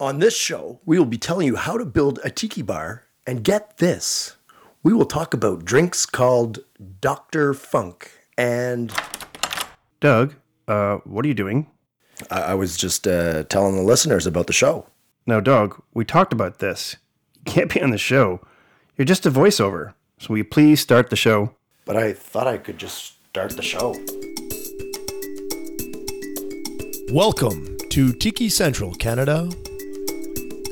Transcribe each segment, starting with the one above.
On this show, we will be telling you how to build a tiki bar. And get this we will talk about drinks called Dr. Funk. And Doug, uh, what are you doing? I, I was just uh, telling the listeners about the show. Now, Doug, we talked about this. You can't be on the show. You're just a voiceover. So will you please start the show? But I thought I could just start the show. Welcome to Tiki Central, Canada.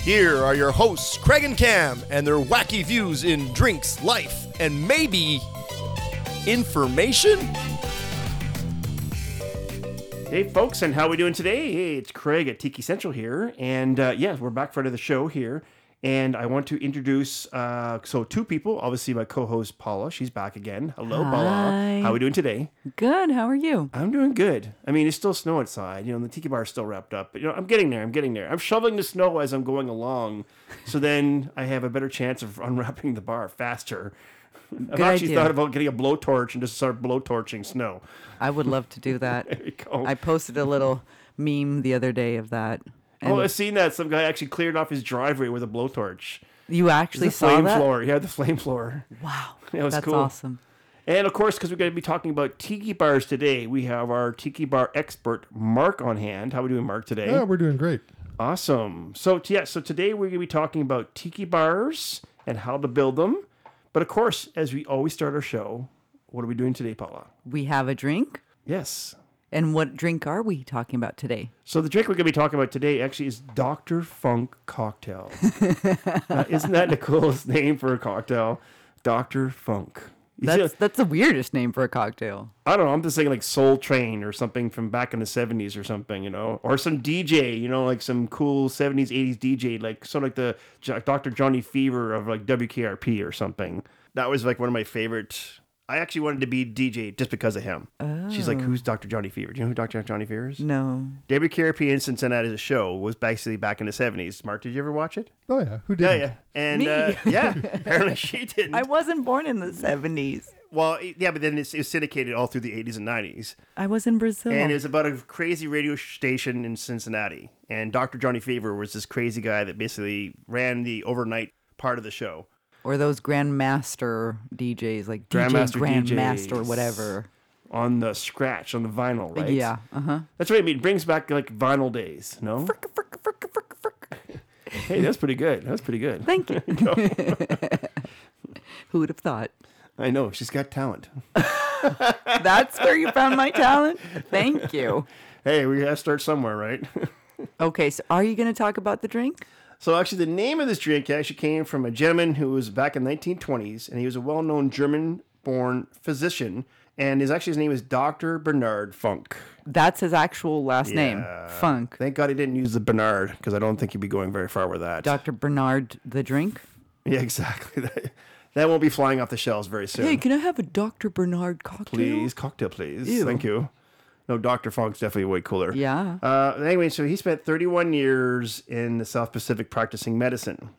Here are your hosts, Craig and Cam, and their wacky views in drinks, life, and maybe information? Hey, folks, and how we doing today? Hey, it's Craig at Tiki Central here, and uh, yeah, we're back for another show here. And I want to introduce uh, so two people. Obviously, my co-host Paula, she's back again. Hello, Paula. Hi. How we doing today? Good. How are you? I'm doing good. I mean, it's still snow outside. You know, the tiki bar is still wrapped up, but you know, I'm getting there. I'm getting there. I'm shoveling the snow as I'm going along, so then I have a better chance of unwrapping the bar faster. I've Good actually idea. thought about getting a blowtorch and just start blowtorching snow. I would love to do that. There you go. I posted a little meme the other day of that. And oh, I've seen that. Some guy actually cleared off his driveway with a blowtorch. you actually The saw flame that? floor. Yeah, the flame floor. Wow. That was That's cool. awesome. And of course, because we're going to be talking about tiki bars today, we have our tiki bar expert Mark on hand. How are we doing, Mark, today? Yeah, we're doing great. Awesome. So t- yeah, so today we're going to be talking about tiki bars and how to build them. But of course, as we always start our show, what are we doing today, Paula? We have a drink. Yes. And what drink are we talking about today? So the drink we're going to be talking about today actually is Dr. Funk cocktail. Uh, isn't that the coolest name for a cocktail? Dr. Funk. You see, That's that's the weirdest name for a cocktail. I don't know. I'm just thinking like Soul Train or something from back in the 70s or something, you know, or some DJ, you know, like some cool 70s, 80s DJ, like sort of like the J- Dr. Johnny Fever of like WKRP or something. That was like one of my favorite. I actually wanted to be DJ just because of him. She's Oh. like, who's Dr. Johnny Fever? Do you know who Dr. Johnny Fever is? No. WKRP in Cincinnati, the show was basically back in the 70s. Mark, did you ever watch it? Oh yeah, who did? yeah. And Me. Uh, yeah, apparently she didn't. I wasn't born in the 70s. well, yeah, but then it's, it was syndicated all through the 80s and 90s. I was in Brazil. And it was about a crazy radio station in Cincinnati. And Dr. Johnny Fever was this crazy guy that basically ran the overnight part of the show. or those grandmaster DJs like Grandmaster DJ grandmaster DJs. whatever. On the scratch, on the vinyl, right? Yeah. Uh-huh. That's what I mean. It brings back like vinyl days, no? Hey, that's pretty good. That's pretty good. Thank you. Who would have thought? I know. She's got talent. That's where you found my talent. Thank you. Hey, we gotta start somewhere, right? Okay, so are you going to talk about the drink? So actually, the name of this drink actually came from a gentleman who was back in the 1920s, and he was a well-known German-born physician, and his actually his name is Dr. Bernard Funk. That's his actual last name, Yeah. Funk. Thank God he didn't use the Bernard, because I don't think he'd be going very far with that. Dr. Bernard the drink. yeah, exactly. That, that won't be flying off the shelves very soon. Hey, can I have a Dr. Bernard cocktail? please, cocktail, please. Ew. Thank you. No, Dr. Funk's definitely way cooler. Yeah. Uh, anyway, so he spent 31 years in the South Pacific practicing medicine.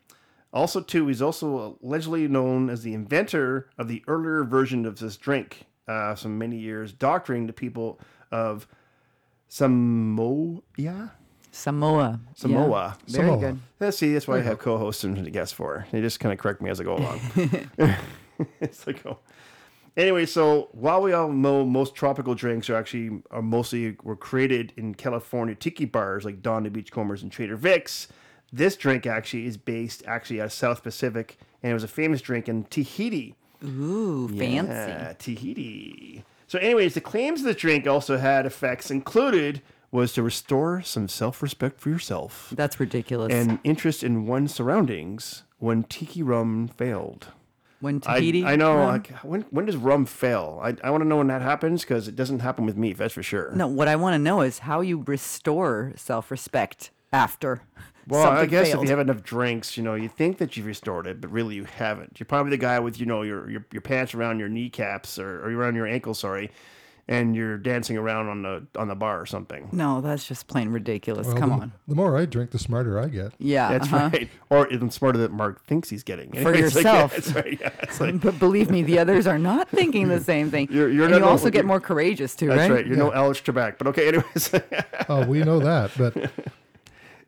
Also, too, he's also allegedly known as the inventor of the earlier version of this drink. Uh, some many years doctoring the people of Samoa. Samoa. Yeah. Samoa. Very Samoa. good. Let's see. That's why I have co-hosts and to guess for. They just kind of correct me as I go along. it's like, oh. Anyway, so while we all know most tropical drinks are actually are mostly were created in California tiki bars like Don the Beachcombers and Trader Vic's, this drink actually is based actually out of South Pacific, and it was a famous drink in Tahiti. Ooh, fancy. Yeah, Tahiti. So, anyways, the claims the drink also had effects included was to restore some self-respect for yourself That's ridiculous. and interest in one's surroundings when tiki rum failed. when I, Tahiti. I know. rum- Like, when when does rum fail? I, I want to know when that happens because it doesn't happen with me. That's for sure. no, what I want to know is how you restore self respect after. Well, I something guess failed. if you have enough drinks, you know, you think that you've restored it, but really you haven't. You're probably the guy with, you know, your your, your pants around your kneecaps or, or around your ankles, sorry, and you're dancing around on the on the bar or something. No, that's just plain ridiculous. Well, Come the, on. The more I drink, the smarter I get. Yeah. That's uh-huh. right. Or even smarter that Mark thinks he's getting. For It's like, yeah, yourself. that's right. Yeah, it's like, But believe me, the others are not thinking the same thing. You're- you're and not you no- also get you- more courageous too, that's right? right. You're no Alex Trebek. But okay, anyways. Oh, we know that, but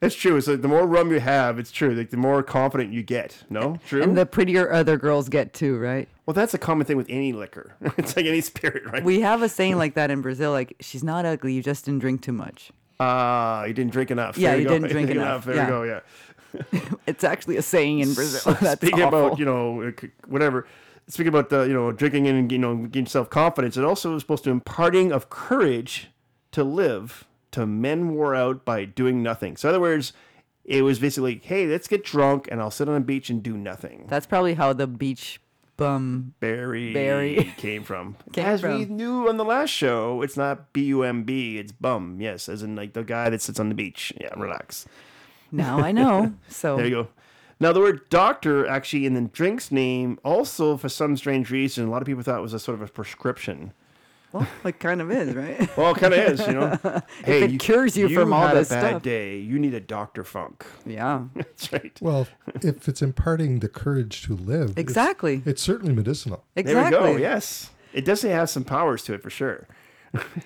It's true. So the more rum you have, it's true. Like the more confident you get. No, true. And the prettier other girls get too, right? well, that's a common thing with any liquor. it's like any spirit, right? We have a saying like that in Brazil, like she's not ugly, you just didn't drink too much. Ah, you didn't drink enough. Yeah, There you go. didn't drink enough. There Yeah. you go. Yeah. It's actually a saying in Brazil. That's speaking awful. about you know c- whatever. Speaking about the you know drinking and you know getting self confidence, it also is supposed to imparting of courage to live to men wore out by doing nothing. So in other words, it was basically, hey, let's get drunk and I'll sit on a beach and do nothing. That's probably how the beach bum Barry, Barry. came from. Came as we from. knew on the last show, it's not B U M B, it's bum. Yes, as in like the guy that sits on the beach. Yeah, relax. now I know. So There you go. Now the word doctor actually in the drink's name also for some strange reason a lot of people thought it was a sort of a prescription. well, like kind of is, right? Well, it kind of is, you know. hey, it cures you from all had this a bad stuff. day. You need a doctor funk. yeah. That's right. well, if it's imparting the courage to live, it's- Exactly. it's, certainly medicinal. There we Exactly. go. Yes, it does have some powers to it for sure.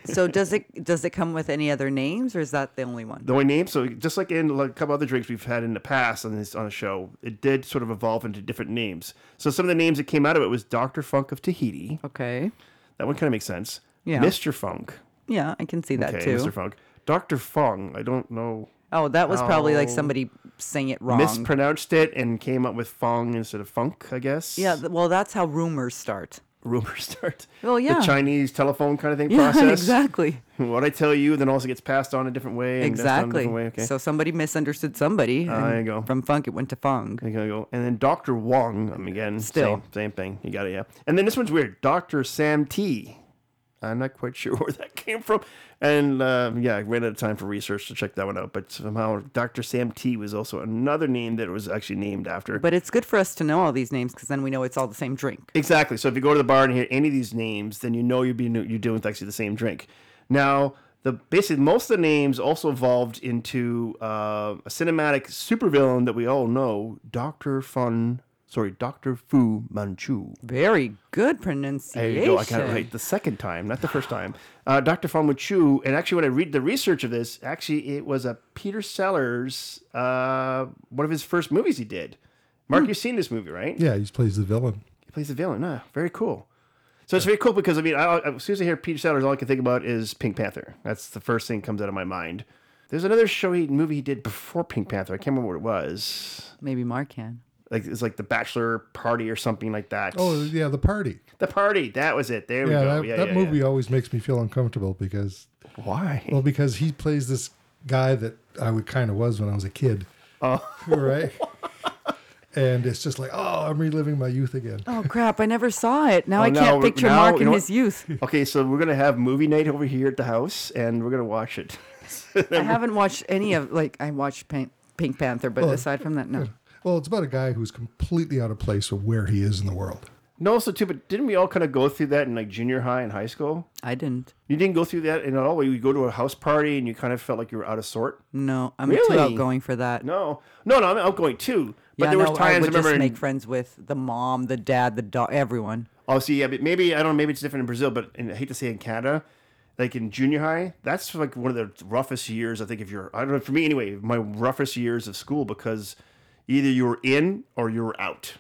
So does it does it come with any other names or is that the only one? the way name. So just like in like a couple other drinks we've had in the past on this on the show, it did sort of evolve into different names. So some of the names that came out of it was Doctor Funk of Tahiti. Okay. That one kind of makes sense. Yeah. Mister Funk. Yeah, I can see that Okay, too. Mister Funk. Doctor Fung. I don't know. Oh, that was probably like Oh. somebody saying it wrong. Mispronounced it and came up with Fong instead of Funk. I guess. yeah, th- well, that's how rumors start. Rumors start. Well, Oh, yeah. The Chinese telephone kind of thing Yeah, process. exactly. What I tell you, then also gets passed on a different way. And passed on Exactly. A different way. Okay. Ah, So somebody misunderstood somebody. and there you go. From funk, it went to fung. There you go. And then Dr. Wong, um, again, Still. same, same thing. You got it, yeah. And then this one's weird. Dr. Sam T. I'm not quite sure where that came from. And uh, yeah, I ran out of time for research to check that one out. But somehow Dr. Sam T was also another name that it was actually named after. But it's good for us to know all these names because then we know it's all the same drink. Exactly. So if you go to the bar and hear any of these names, then you know you'd be you're dealing with actually the same drink. Now, the basically most of the names also evolved into uh, a cinematic supervillain that we all know, Doctor Fun. Sorry, Doctor Fu Manchu. Very good pronunciation. There you go. I got it right the second time, not the first time. Uh, Dr. Fu Manchu. And actually, when I read the research of this, actually, it was a Peter Sellers, uh, one of his first movies he did. Mark, you've seen this movie, right? Yeah, he plays the villain. He plays the villain. Ah, very cool. So it's very cool because I mean, I, I- as soon as I hear Peter Sellers, all I can think about is Pink Panther. That's the first thing that comes out of my mind. There's another show he movie he did before Pink Panther. I can't remember what it was. Maybe Mark can. Like it's like the Bachelor Party or something like that. Oh, yeah, the party. the party. That was it. There Yeah, we go. that, yeah, that yeah, movie always makes me feel uncomfortable because, Yeah. Why? well, because he plays this guy that I would kind of was when I was a kid. Oh, right. And it's just like, oh, I'm reliving my youth again. Oh crap! I never saw it. Now Oh, I now can't we're- picture now- Mark you in know his what? youth. Okay, so we're gonna have movie night over here at the house, and we're gonna watch it. I haven't watched any of like I watched Pink, Pink Panther, but Oh. Well, aside from that, no. Well, it's about a guy who's completely out of place of where he is in the world. no, so too, but didn't we all kind of go through that in like junior high and high school? I didn't. You didn't go through that in at all. where You would go to a house party and you kind of felt like you were out of sort. No, I'm Really? too outgoing for that. No, no, no. I'm outgoing too. But yeah, there no, was I times I, would remember. just in- make friends with the mom, the dad, the dog, everyone. oh, see, yeah, but maybe I don't. know, Maybe it's different in Brazil, but in, I hate to say in Canada, like in junior high, that's like one of the roughest years. I think if you're, I don't know, for me anyway, my roughest years of school because either you were in or you were out.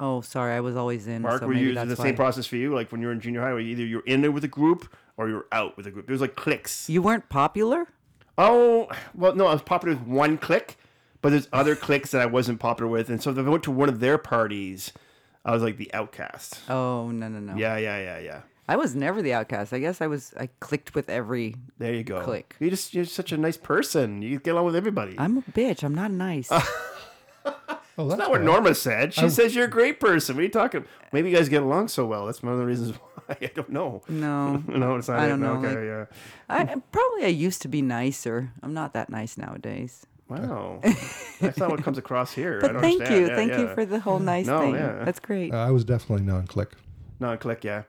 Oh, sorry, I was always in. Mark, so were maybe you that's the why. same process for you? Like when you were in junior high, where either you're in there with a group or you're out with a group. There's like cliques. You weren't popular. Oh, well, no, I was popular with one clique, but there's other cliques that I wasn't popular with, and so if I went to one of their parties, I was like the outcast. Oh no no no. Yeah, yeah, yeah, yeah. I was never the outcast. I guess I was. I clicked with every. There you go. Click. You just you're such a nice person. You get along with everybody. That's I'm a bitch. I'm not nice. Oh, that's not what why. Norma said. She says you're a great person. What are you talking? Maybe you guys get along so well. That's one of the reasons why. I don't know. No. no, it's not. I it. don't No, know, Okay, yeah. I I- probably I used to be nicer. I'm not that nice nowadays. Wow. That's not what comes across here. I But don't thank understand. you, Yeah, thank you yeah. for the whole nice No, thing. yeah. That's great. Uh, I was definitely non-click. No, click, yeah.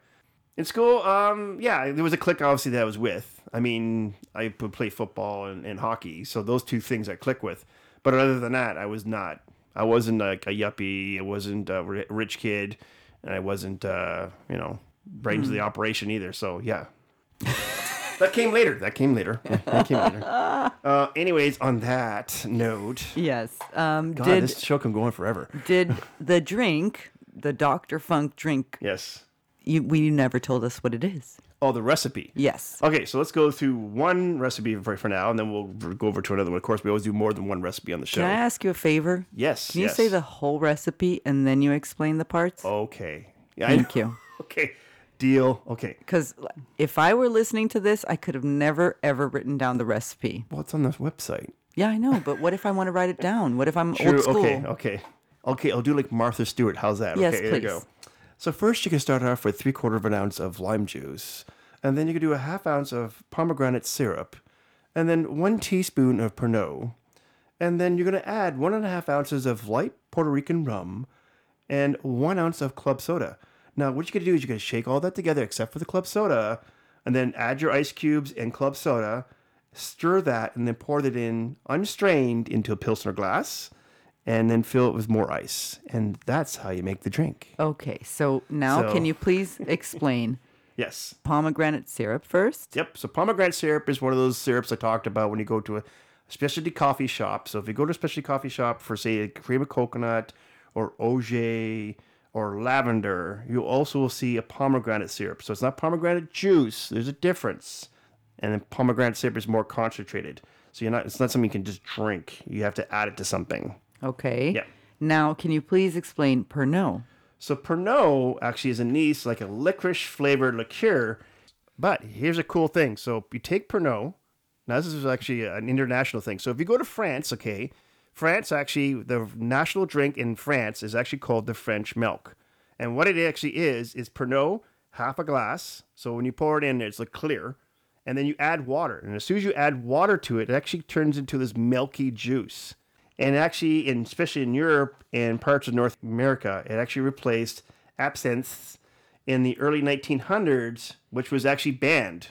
In school, um, yeah, there was a click obviously that I was with. I mean, I would play football and, and hockey, so those two things I click with. But other than that, I was not. I wasn't like a yuppie. I wasn't a ri- rich kid, and I wasn't, uh, you know, brains of the operation either. So yeah, that came later. That came later. Yeah, that came later. Uh, anyways, on that note, yes. Um, God, did this show can go on forever. did the drink, the Dr. Funk drink? Yes. You, we never told us what it is. Oh, the recipe. Yes. Okay, so let's go through one recipe for, for now, and then we'll r- go over to another one. Of course, we always do more than one recipe on the show. Can I ask you a favor? yes. Can you yes. say the whole recipe and then you explain the parts? Okay. Yeah, I Thank know. you. Okay. Deal. Okay. Because if I were listening to this, I could have never ever written down the recipe. Well, it's on the website. Yeah, I know, but what if I want to write it down? What if I'm old school? Okay. Okay. Okay. I'll do like Martha Stewart. How's that? Yes, okay. There you go. please. So first, you can start off with three quarter of an ounce of lime juice, and then you can do a half ounce of pomegranate syrup, and then one teaspoon of Pernod, and then you're gonna add one and a half ounces of light Puerto Rican rum, and one ounce of club soda. Now, what you're gonna do is you're gonna shake all that together except for the club soda, and then add your ice cubes and club soda, stir that, and then pour that in unstrained into a Pilsner glass, and then fill it with more ice. And that's how you make the drink. Okay, so now So- can you please explain Yes. pomegranate syrup first? Yep. So pomegranate syrup is one of those syrups I talked about when you go to a specialty coffee shop. So if you go to a specialty coffee shop for say a cream of coconut or OJ or lavender, you also will see a pomegranate syrup. So it's not pomegranate juice. There's a difference. And then pomegranate syrup is more concentrated. So you're not it's not something you can just drink. You have to add it to something. Okay. Yeah. Now can you please explain Pernod? So Pernod actually is a nice, like a licorice flavored liqueur. But here's a cool thing. So you take Pernod. Now this is actually an international thing. So if you go to France, okay, France actually the national drink in France is actually called the French milk. And what it actually is is Pernod half a glass. So when you pour it in, it's like clear. And then you add water. And as soon as you add water to it, it actually turns into this milky juice. And actually, in, especially in Europe and parts of North America, it actually replaced absinthe in the early 1900s, which was actually banned.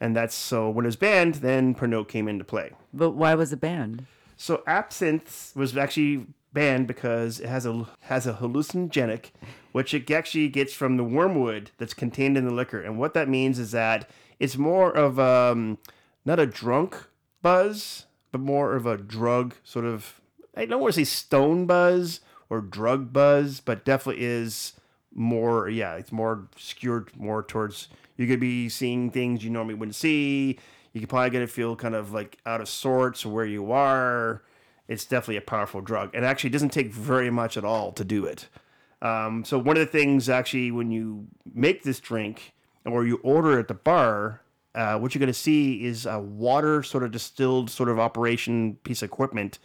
And that's so when it was banned, then Pernod came into play. But why was it banned? So absinthe was actually banned because it has a has a hallucinogenic, which it actually gets from the wormwood that's contained in the liquor. And what that means is that it's more of um, not a drunk buzz, but more of a drug sort of. I don't want to say stone buzz or drug buzz, but definitely is more yeah it's more skewed more towards you could be seeing things you normally wouldn't see you could probably get to feel kind of like out of sorts where you are it's definitely a powerful drug and actually it doesn't take very much at all to do it um, so one of the things actually when you make this drink or you order at the bar uh, what you're going to see is a water sort of distilled sort of operation piece of equipment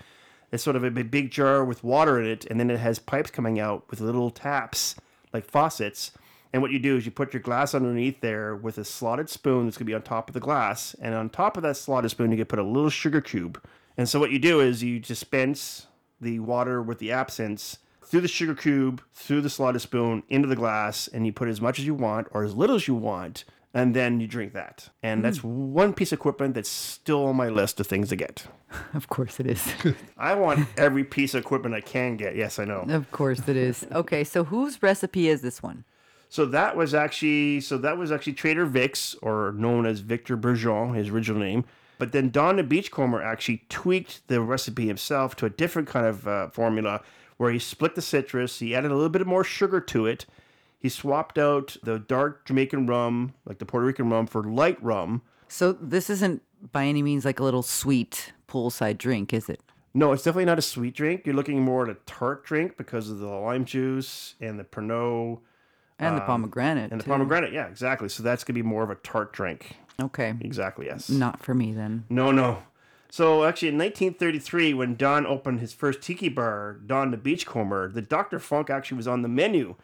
it's sort of a big, big jar with water in it, and then it has pipes coming out with little taps like faucets. And what you do is you put your glass underneath there with a slotted spoon that's going to be on top of the glass, and on top of that slotted spoon, you can put a little sugar cube. And so what you do is you dispense the water with the absinthe through the sugar cube, through the slotted spoon, into the glass, and you put as much as you want or as little as you want, and then you drink that. And that's one piece of equipment that's still on my list of things to get. Of course it is. I want every piece of equipment I can get. Yes, I know. of course it is. Okay, so whose recipe is this one? So that was actually so that was actually Trader Vix, or known as Victor Bergeron, his original name. But then Don the Beachcomber actually tweaked the recipe himself to a different kind of uh, formula, where he split the citrus, he added a little bit more sugar to it, he swapped out the dark Jamaican rum, like the Puerto Rican rum, for light rum. So this isn't by any means like a little sweet poolside drink, is it? No, it's definitely not a sweet drink. You're looking more at a tart drink because of the lime juice and the Pernod And the pomegranate. Um, And the too. pomegranate, yeah, exactly. So that's gonna be more of a tart drink. Okay. Exactly, yes. Not for me then. No, no. So actually in nineteen thirty three, when Don opened his first tiki bar, Don the Beachcomber, the Dr. Funk actually was on the menu.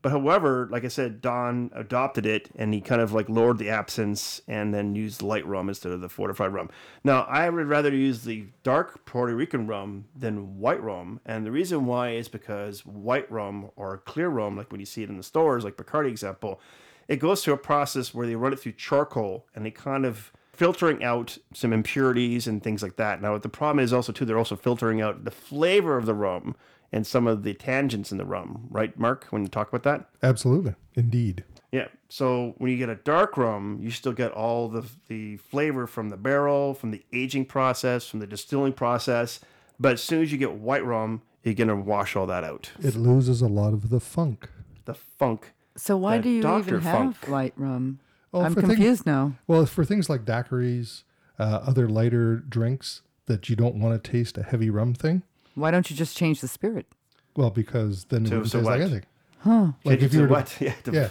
But however, like I said, Don adopted it and he kind of like lowered the absence and then used light rum instead of the fortified rum. Now, I would rather use the dark Puerto Rican rum than white rum. And the reason why is because white rum or clear rum, like when you see it in the stores, like Bacardi example, it goes through a process where they run it through charcoal and they kind of filtering out some impurities and things like that. Now, the problem is also too they're also filtering out the flavor of the rum and some of the tangents in the rum, right, Mark? When you talk about that, Absolutely. Indeed. yeah. So when you get a dark rum, you still get all the the flavor from the barrel, from the aging process, from the distilling process. But as soon as you get white rum, you're gonna wash all that out. It loses a lot of the funk. The funk. So why The do you Dr. even have Funk. light rum? Oh, I'm for things- confused now. Well, for things like daiquiris, uh, other lighter drinks that you don't want to taste a heavy rum thing, Why don't you just change the spirit? well, because then it To- wouldn't to taste like what? anything. Huh. Like Change it if you to were to- what? yeah, to yeah.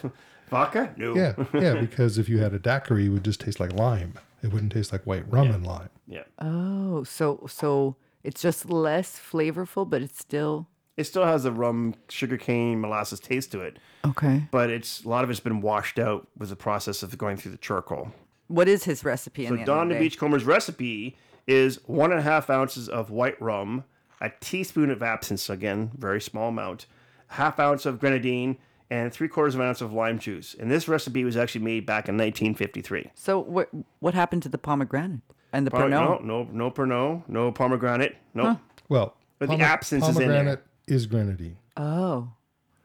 vodka? No. Yeah, yeah, because if you had a daiquiri, it would just taste like lime. It wouldn't taste like white rum and lime. Yeah. Oh, so so it's just less flavorful, but it's still It still has the rum, sugarcane, molasses taste to it. okay. but it's a lot of it's been washed out with the process of going through the charcoal. What is his recipe? in So the end of Don the the day? Beachcomber's recipe is one and a half ounces of white rum, a teaspoon of absinthe, again very small amount, half ounce of grenadine, and three quarters of an ounce of lime juice. And this recipe was actually made back in 1953. So what what happened to the pomegranate and the Pomegranate- Pernod? No, no, no Pernod, no pomegranate, no. Well, But the absinthe is in there. pomegranate is grenadine, Oh,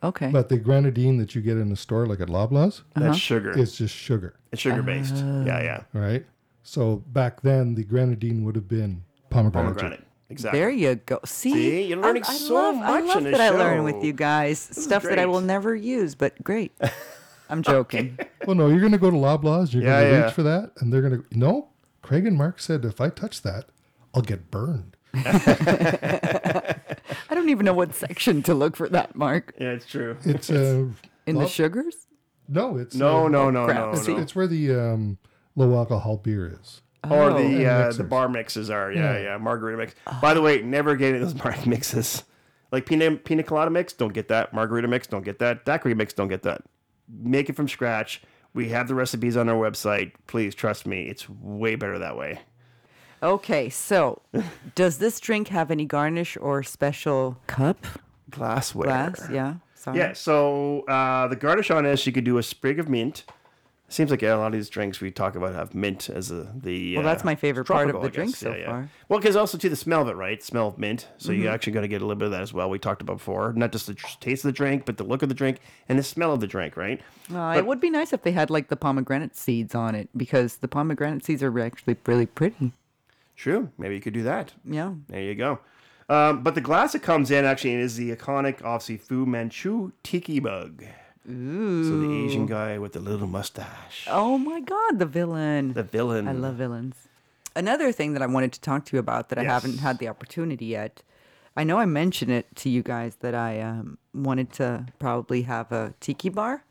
okay. but the grenadine that you get in the store, like at Loblaws, Uh. That's uh-huh. sugar. It's, is just sugar, sugar based. Ah. yeah, yeah. right? So back then, the grenadine would have been pomegranate. Pomegranate. Exactly. there you go. See, See, you're learning I, I so love, I much love on this that I learn show. with you guys stuff that I will great. never use, but great. I'm joking. Well, Oh, no, you're going to go to Loblaws, you're Yeah, going to yeah. reach for that, and they're going to no. Craig and Mark said if I touch that, I'll get burned. I don't even know what section to look for that, Mark. Yeah, it's true. It's uh, In the Well- sugars? no, it's No, uh, no, no, crap. no, it's, no. it's where the um, low alcohol beer is. or Oh. the uh, the mixers. bar mixes are yeah yeah, Yeah. margarita mix. By the way, never get any of those bar mixes. Like pina pina colada mix, don't get that. Margarita mix, don't get that. Daiquiri mix, don't get that. Make it from scratch. We have the recipes on our website. Please trust me, it's way better that way. Okay, so does this drink have any garnish or special cup Glassware. glass? Yeah. Sorry. Yeah. So uh, the garnish on this, you could do a sprig of mint. Seems like yeah, a lot of these drinks we talk about have mint as a, the. Well, that's uh, my favorite part of tropical, the I guess. drink so Yeah, yeah. far. Mm-hmm. Well, because also too the smell of it, right? Smell of mint. So you actually got to get a little bit of that as well. We talked about before, not just the tr- taste of the drink, but the look of the drink and the smell of the drink, right? Uh, it would be nice if they had like the pomegranate seeds on it because the pomegranate seeds are actually really pretty. True. Maybe you could do that. Yeah. There you go. Um, but the glass that comes in actually is the iconic, obviously, Fu Manchu tiki mug. Ooh. So the Asian guy with the little mustache, Oh my God, the villain. the villain. I love villains. Another thing that I wanted to talk to you about that I haven't Yes. had the opportunity yet. I know I mentioned it to you guys that I um, wanted to probably have a tiki bar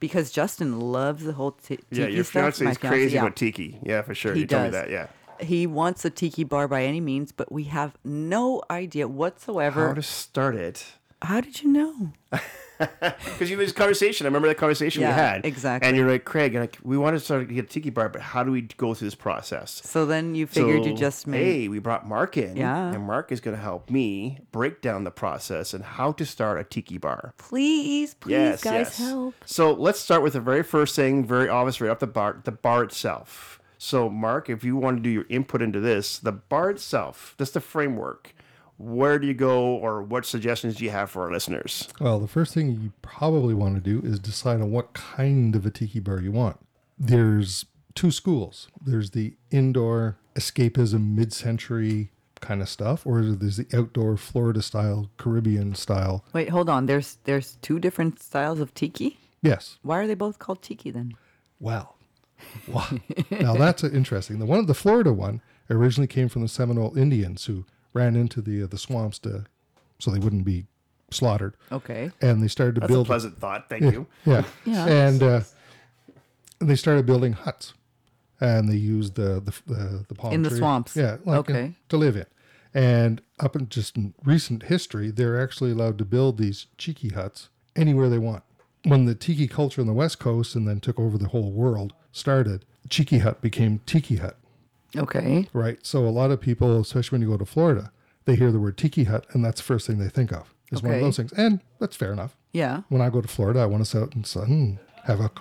because Justin loves the whole t- tiki Yeah, your stuff. fiance My is crazy yeah. about tiki. Yeah, for sure. He you does. told me that. Yeah. He wants a tiki bar by any means, but we have no idea whatsoever. How to start it? How did you know? Because you had this conversation. I remember that conversation we Yeah, had. exactly. And you're like, Craig, and like, we want to start to get a tiki bar, but how do we go through this process? So then you figured you So, just made. Hey, we brought Mark in. Yeah. And Mark is going to help me break down the process and how to start a tiki bar. Please, please, yes, guys, yes. help. So let's start with the very first thing, very obvious, right off the bar, the bar itself. So, Mark, if you want to do your input into this, the bar itself, that's the framework. Where do you go, or what suggestions do you have for our listeners? Well, the first thing you probably want to do is decide on what kind of a tiki bar you want. There's two schools. There's the indoor escapism mid-century kind of stuff, or there's the outdoor Florida style, Caribbean style. Wait, hold on. There's there's two different styles of tiki. Yes. Why are they both called tiki then? Wow. Wow. now that's uh, interesting. The one, the Florida one, originally came from the Seminole Indians who ran into the uh, the swamps to, so they wouldn't be slaughtered, Okay. and they started Oh. to That's a build pleasant thought. Thank you. Yeah. Yeah. And uh, they started building huts, and they used the the the, the palm In the tree- swamps. Yeah, like in- Okay. to live in. And up in just in recent history, they're actually allowed to build these cheeky huts anywhere they want. when the tiki culture on the West Coast and then took over the whole world started, Cheeky Hut became Tiki Hut, Okay. right? So a lot of people, especially when you go to Florida, they hear the word Tiki Hut and that's the first thing they think of. It's one of Okay. those things. And that's fair enough. Yeah. When I go to Florida, I want to sit out in the sun and have a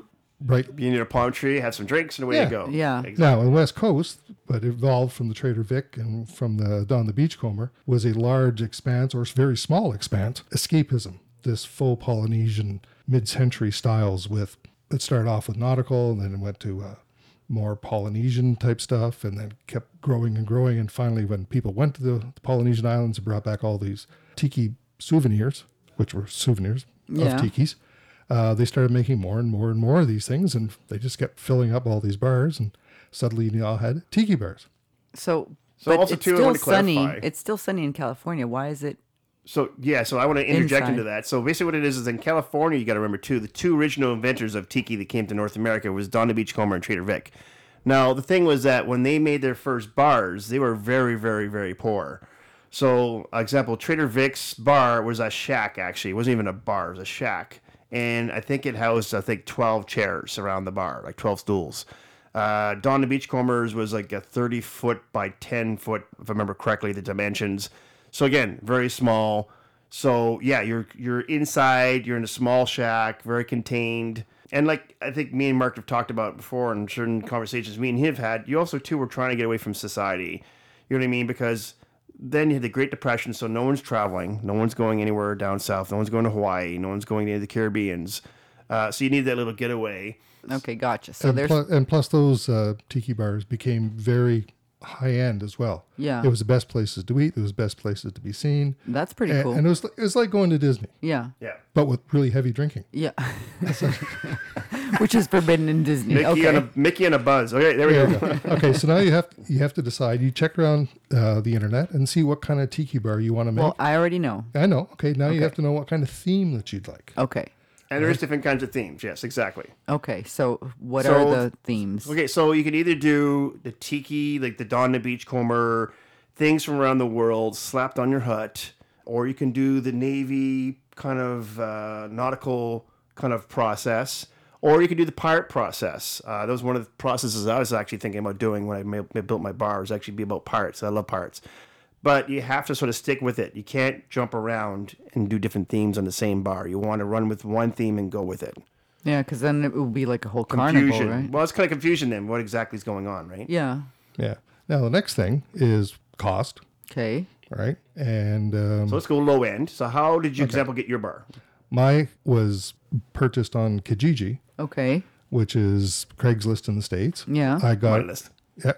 bright You need a palm tree, have some drinks, and away Yeah. you go. Yeah. Ex- Now, on the West Coast, but evolved from the Trader Vic and from the Don the Beachcomber, was a large expanse or very small expanse, escapism. This faux Polynesian mid century styles with it started off with nautical and then it went to uh, more Polynesian type stuff and then kept growing and growing. And finally, when people went to the Polynesian islands and brought back all these tiki souvenirs, which were souvenirs Yeah. of tikis, uh, they started making more and more and more of these things, and they just kept filling up all these bars, and suddenly you all had tiki bars. So, So but also, it's too, I still wanna sunny. clarify. It's still sunny in California. Why is it? So yeah, so I want to interject Inside. into that. So basically, what it is is in California, you got to remember too. The two original inventors of tiki that came to North America was Donna Beachcomber and Trader Vic. Now the thing was that when they made their first bars, they were very, very, very poor. So example, Trader Vic's bar was a shack. Actually, it wasn't even a bar; it was a shack, and I think it housed I think twelve chairs around the bar, like twelve stools. Uh, Donna Beachcombers was like a 30 foot by 10 foot, if I remember correctly, the dimensions. So again, very small. So yeah, you're you're inside, you're in a small shack, very contained. And like I think me and Mark have talked about before in certain conversations me and him have had, you also too were trying to get away from society. You know what I mean? Because then you had the Great Depression, so no one's traveling, no one's going anywhere down south, no one's going to Hawaii, no one's going to the Caribbeans. Uh, so you need that little getaway. Okay, gotcha. So and, there's plus, and plus, those uh, tiki bars became very high end as well. Yeah. it was the best places to eat. It was the best places to be seen. that's pretty And, cool. and it was it was like going to Disney, yeah. Yeah. but with really heavy drinking. Yeah. Which is forbidden in Disney. Mickey okay. on a Mickey on a buzz. Okay, there we go. okay, so now you have you have to decide. You check around uh, the internet and see what kind of tiki bar you want to make. well, I already know. I know. Okay, now you have to know what kind of theme that you'd like. Okay. And there's different kinds of themes. Yes, exactly. Okay. So what So- are the themes? Okay, so you can either do the tiki, like the Donna Beachcomber, things from around the world slapped on your hut, or you can do the Navy kind of uh, nautical kind of process, or you can do the pirate process. Uh, that was one of the processes I was actually thinking about doing when I ma- built my bar, was actually be about pirates. I love pirates. But you have to sort of stick with it. You can't jump around and do different themes on the same bar. You want to run with one theme and go with it Yeah, because then it would be like a whole confusion. carnival, right? Well, it's kind of confusion then. What exactly is going on, right? Yeah. Yeah. Now the next thing is cost, Okay. right? And um, So let's go low end. So how did you, example, get your bar? My was purchased on Kijiji, Okay. which is Craigslist in the states. Yeah. I My got list. yeah,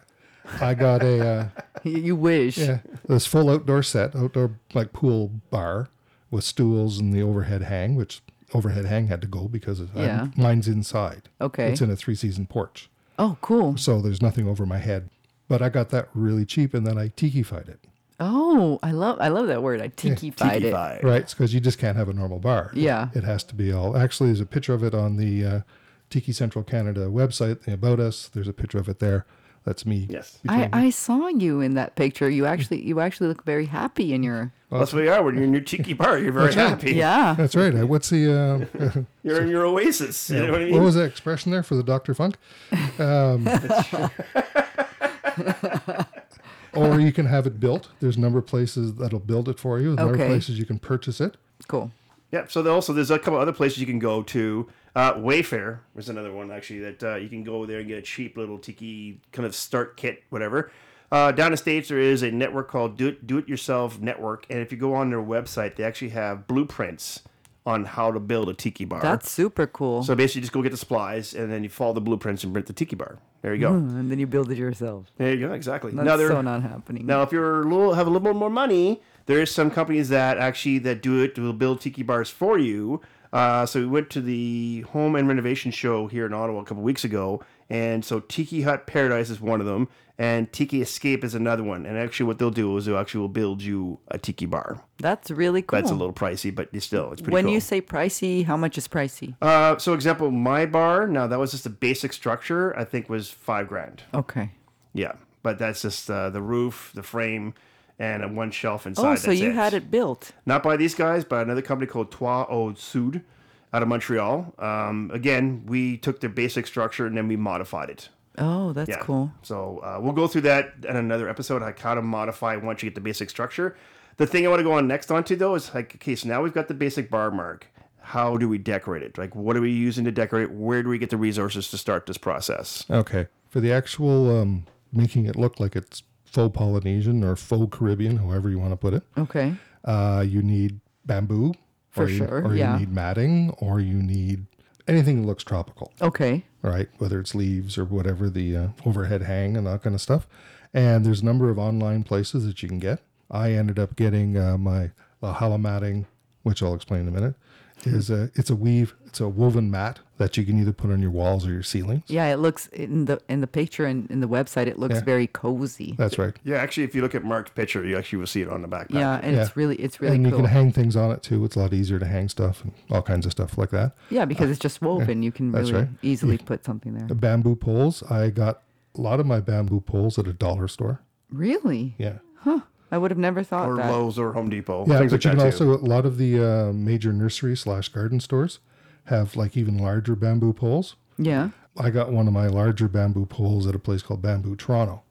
I got a uh, Y- You wish. yeah, this full outdoor set, outdoor like pool bar with stools and the overhead hang, which overhead hang had to go because it- I- Yeah. mine's inside. Okay. it's in a three season porch, Oh, cool. so there's nothing over my head. But I got that really cheap, and then I tikified it. Oh, I love I love that word. I tikified it. Tiki-fied. Right, because you just can't have a normal bar. Yeah. it has to be all. Actually, there's a picture of it on the uh, Tiki Central Canada website. The About Us. There's a picture of it there. That's me. Yes. I, I saw you in that picture. You actually you actually look very happy in your Well, that's what you are when you're in your tiki bar. You're very happy. yeah That's right. I- What's the uh, You're in your oasis. You know what I what mean? was that expression there for the Doctor Funk? Um, or you can have it built. There's a number of places that'll build it for you. There's a number of Okay. places you can purchase it. cool. Yep. So there also there's a couple other places you can go to. Uh, Wayfair was another one actually that uh, you can go there and get a cheap little tiki kind of start kit, whatever. Uh, down in states there is a network called Do It, Do it Yourself Network, and if you go on their website, they actually have blueprints on how to build a tiki bar. That's super cool. So basically, you just go get the supplies, and then you follow the blueprints and print the tiki bar. There you go. and then you build it yourself. There you go. Exactly. That's now, there, so not happening. now, if you're a little, have a little bit more money, there is some companies that actually that do it will build tiki bars for you. Uh, so we went to the home and renovation show here in Ottawa a couple weeks ago, and so Tiki Hut Paradise is one of them, and Tiki Escape is another one. And actually, what they'll do is they'll actually will build you a tiki bar. That's really cool. That's a little pricey, but it's still it's pretty. when cool. you say pricey, how much is pricey? Uh, so example, my bar. Now that was just a basic structure. I think was five grand. Okay. Yeah, but that's just uh, the roof, the frame, and a one shelf inside. Oh, so That's you had it built. not by these guys, but another company called Trois Old Sud. out of Montreal. Um, again, we took the basic structure and then we modified it. Oh, that's Yeah. cool. So uh, we'll go through that in another episode. I kind of modify once you get the basic structure. The thing I want to go on next onto though is like, okay, so now we've got the basic bar mark. How do we decorate it? Like, what are we using to decorate? Where do we get the resources to start this process? Okay. For the actual um, making it look like it's faux Polynesian or faux Caribbean, however you want to put it, Okay. uh, you need bamboo. For or you- sure, Or yeah. you need matting or you need anything that looks tropical. Okay. All right, whether it's leaves or whatever the uh, overhead hang and that kind of stuff. And there's a number of online places that you can get. I ended up getting uh, my La Hala matting, which I'll explain in a minute. Is a it's a weave, it's a woven mat that you can either put on your walls or your ceilings. Yeah, it looks in the in the picture and in the website. It looks Yeah. very cozy. That's right. Yeah, actually, if you look at Mark's picture, you actually will see it on the backpack. yeah, and Yeah. it's really it's really and you cool. can hang things on it too. It's a lot easier to hang stuff and all kinds of stuff like that. yeah, because it's just woven. You can that's really right. easily put something there. The bamboo poles, I got a lot of my bamboo poles at a dollar store. Really? Yeah. I would have never thought Or that. Lowe's or Home Depot. Yeah, things but you like can that too. also a lot of the uh, major nursery slash garden stores have like even larger bamboo poles. Yeah. I got one of my larger bamboo poles at a place called Bamboo Toronto.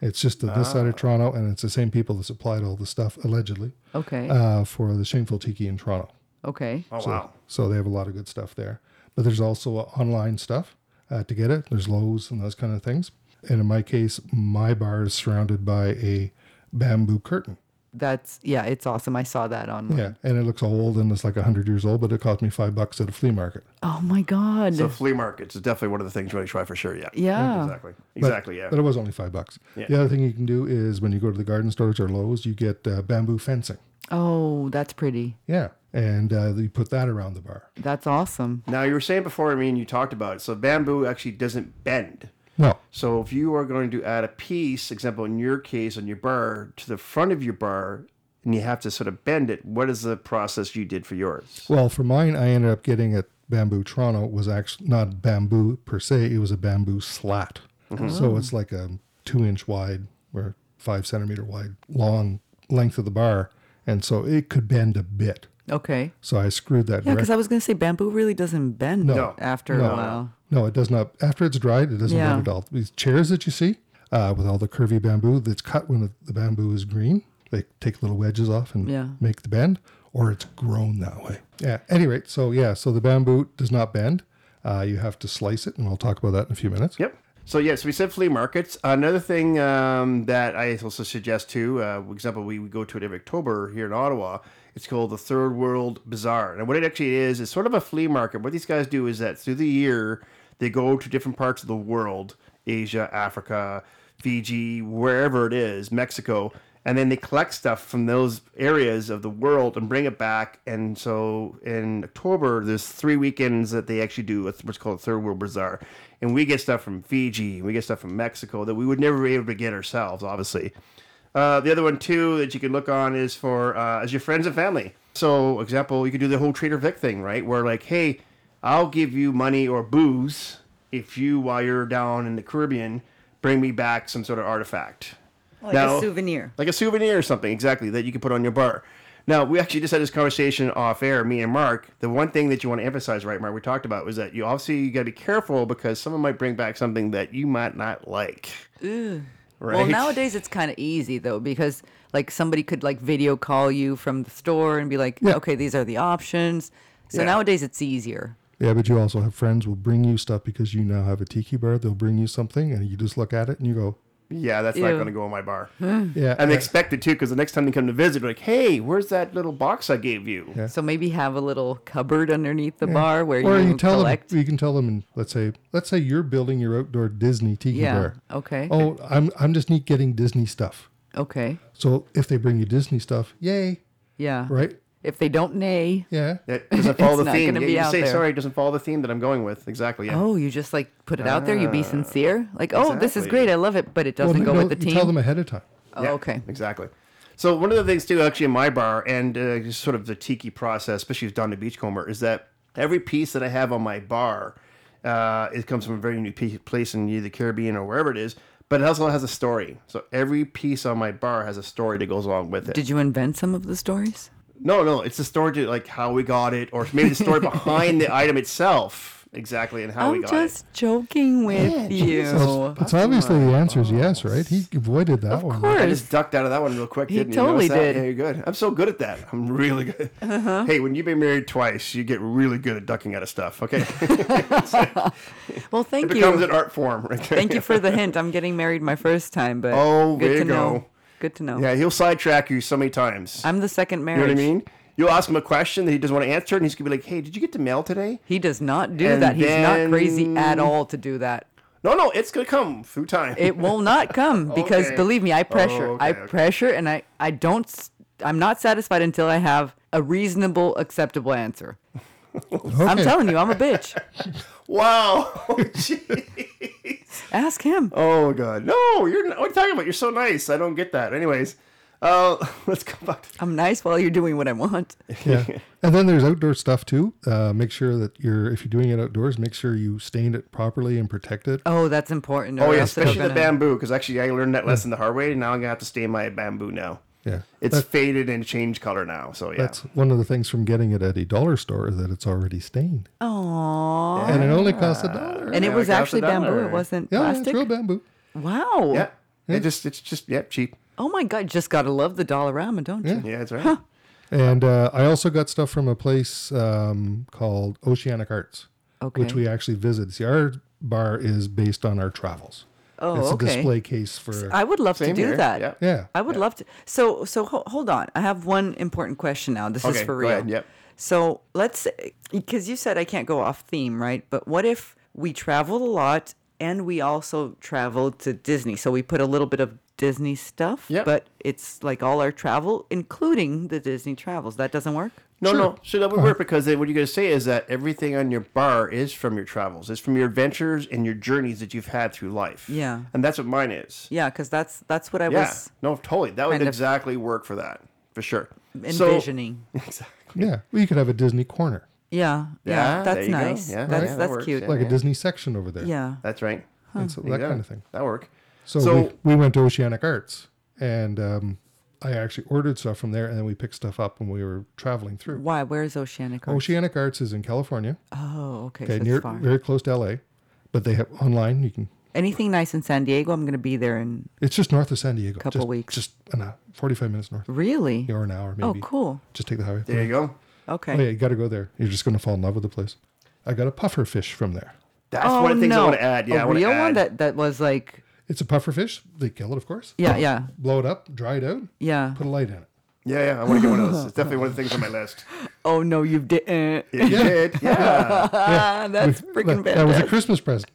It's just on this side of Toronto, and it's the same people that supplied all the stuff allegedly Okay. uh, for the shameful tiki in Toronto. okay. Oh, So, wow. so they have a lot of good stuff there. But there's also uh, online stuff uh, to get it. There's Lowe's and those kind of things. And in my case, my bar is surrounded by a bamboo curtain. That's yeah. It's awesome. I saw that on. Yeah, and it looks old and it's like 100 years old, but it cost me five bucks at a flea market. Oh my god. So flea markets is definitely one of the things you want to try for sure. Yeah. yeah. Exactly. Exactly. Yeah. But it was only five bucks. The other thing you can do is when you go to the garden stores or Lowe's, you get uh, bamboo fencing. Oh, that's pretty. Yeah, and uh, you put that around the bar. That's awesome. Now you were saying before, I mean, you talked about it. So bamboo actually doesn't bend. No, So if you are going to add a piece, example in your case on your bar to the front of your bar, and you have to sort of bend it, what is the process you did for yours? well, for mine, I ended up getting at Bamboo Toronto was actually not bamboo per se; it was a bamboo slat. So it's like a two-inch wide or five centimeter wide long length of the bar, and so it could bend a bit. Okay. So I screwed that. Yeah, directly. because I was gonna say bamboo really doesn't bend No. after a while. No, it does not. After it's dried, it doesn't Yeah. bend at all. These chairs that you see uh, with all the curvy bamboo that's cut when the bamboo is green, they take little wedges off and Yeah. make the bend, or it's grown that way. Yeah. Any rate, so yeah, so the bamboo does not bend. Uh, you have to slice it, and we'll talk about that in a few minutes. Yep. So yes, we said flea markets. Another thing um, that I also suggest too, uh, for example, we, we go to it every October here in Ottawa. It's called the Third World Bazaar, and what it actually is is sort of a flea market. What these guys do is that through the year they go to different parts of the world, Asia, Africa, Fiji, wherever it is, Mexico, and then they collect stuff from those areas of the world and bring it back. And so in October, there's three weekends that they actually do what's what's called Third World Bazaar, and we get stuff from Fiji, we get stuff from Mexico that we would never be able to get ourselves, obviously. Uh, the other one too that you can look on is for uh, as your friends and family. So, example, you could do the whole Trader Vic thing, right? Where like, hey, I'll give you money or booze if you, while you're down in the Caribbean, bring me back some sort of artifact, Like Now- a souvenir. like a souvenir or something, exactly that you can put on your bar. Now, we actually just had this conversation off air, me and Mark. The one thing that you want to emphasize, right, Mark? We talked about was that you obviously you got to be careful because someone might bring back something that you might not like. Right. Well, nowadays it's kind of easy though because like somebody could like video call you from the store and be like, okay, these are the options. So Yeah. nowadays it's easier. Yeah, but you also have friends will bring you stuff because you now have a tiki bar. They'll bring you something, and you just look at it and you go, Yeah, that's not Ew. going to go in my bar. "Yeah." And uh, they expect it too, because the next time they come to visit, they're like, hey, where's that little box I gave you? Yeah. So maybe have a little cupboard underneath the bar where or you, you tell collect. them, you can tell them, and let's say, let's say you're building your outdoor Disney tiki yeah. bar. Okay. Oh, I'm I'm just neat getting Disney stuff. Okay. So if they bring you Disney stuff, yay, Yeah. right? If they don't nay, Yeah. That doesn't follow It's the not theme. gonna Yeah, be you out say, there. sorry, it doesn't follow the theme that I'm going with. Exactly. Yeah. oh, you just like put it out there. You be sincere. Like, oh, this is Ah, exactly. great. I love it, but it doesn't no, go no, with the you team. Tell them ahead of time. oh, Yeah, okay. Exactly. So one of the things too, actually, in my bar and uh, just sort of the tiki process, especially with Donna Beachcomber, is that every piece that I have on my bar, uh, it comes from a very new pe- place in either the Caribbean or wherever it is, but it also has a story. So every piece on my bar has a story that goes along with it. Did you invent some of the stories? No, no, it's the story to like how we got it, or maybe the story behind the item itself, exactly, and how we I'm got it. just joking with you. Well, it's, it's obviously the answer is yes, right? He avoided that one. of I course. just ducked out of that one real quick. He didn't totally you Notice that? did. Yeah, you're good. I'm so good at that. I'm really good. Hey, when you've been married twice, you get really good at ducking out of stuff. Okay, it Well, thank you. becomes an art form. Right there. Thank you for the hint. I'm getting married my first time, but Oh, good there to you know. go. Good to know. Yeah, he'll sidetrack you so many times. I'm the second you know marriage. what I mean? You'll ask him a question that he doesn't want to answer, and he's gonna be like, "Hey, did you get the mail today?" He does not do And that. He's not crazy at then- all to do that. No, no, it's gonna come through time. It will not come because Okay. believe me, I pressure. Oh, I okay, okay. pressure and I I don't s- I'm not satisfied until I have a reasonable acceptable answer. I'm Okay. telling you, I'm a bitch. wow. Oh, gee. Ask him. oh god. No, you're. Not, what are you talking about? You're so nice. I don't get that. Anyways, uh, let's come back. to I'm nice while you're doing what I want. Yeah. and then there's outdoor stuff too. Uh, make sure that you're, if you're doing it outdoors, make sure you stain it properly and protect it. Oh, that's important. Oh or yeah, else it'll especially the gonna- bamboo, because actually I learned that lesson the hard way, and now I'm gonna have to stain my bamboo now. Yeah. It's That- faded and changed color now, so yeah. that's one of the things from getting it at a dollar store is that it's already stained. Aw. And it only costs a dollar. And it Yeah, was like half actually a dollar. bamboo. It wasn't Yeah, it's plastic. real bamboo. Wow. yeah. It just it's just yeah, cheap. Oh my God, just gotta love the Dollarama, don't you? Yeah, that's right. And uh, I also got stuff from a place um, called Oceanic Arts, Okay. which we actually visited. See, our bar is based on our travels. Oh, it's okay. a display case for. I would love Same to do here, that. yeah. Yeah. I would love to. So, so ho- hold on. I have one important question now. This is Okay, for go real. ahead, yep. So let's, because you said I can't go off theme, right? But what if we traveled a lot and we also traveled to Disney? So we put a little bit of Disney stuff, Yep. but it's like all our travel, including the Disney travels. That doesn't work. No, no. So that would work because then what you're gonna say is that everything on your bar is from your travels, it's from your adventures and your journeys that you've had through life. Yeah. And that's what mine is. Yeah, because that's that's what I Yeah. was No, totally. That would kind of- exactly work for that. For sure. So- envisioning. Yeah. Well, you could have a Disney corner, yeah, yeah, Yeah, there that's you go. nice. Yeah, that's yeah, that that's works, cute. yeah. Yeah. like a Disney section over there. That's right. And so There you that go. kind of thing. That work. So, So- we, we went to Oceanic Arts and um, I actually ordered stuff from there and then we picked stuff up when we were traveling through. Why? Where's Oceanic? Arts? Oceanic Arts is in California, Oh, okay. so okay, it's near, far. very close to LA, but they have online. You can Anything nice in San Diego? I'm going to be there in It's just north of San Diego. Couple just, weeks. Just an hour, 45 minutes north really. or an hour oh, maybe. cool. Just take the highway. There you go. Okay. Oh, yeah, you got to go there. You're just going to fall in love with the place. I got a puffer fish from there. That's one of the things I want to add. Yeah, I Oh, a want real to add. one that that was like, It's a puffer fish. They kill it, of course. yeah, yeah, Blow it up, dry it out, yeah. put a light in it. Yeah, yeah, I want to get one of those. It's definitely one of the things on my list. Oh no, you didn't. Yeah, you did. Yeah. Ah, that's freaking that, that was a bad. Christmas present.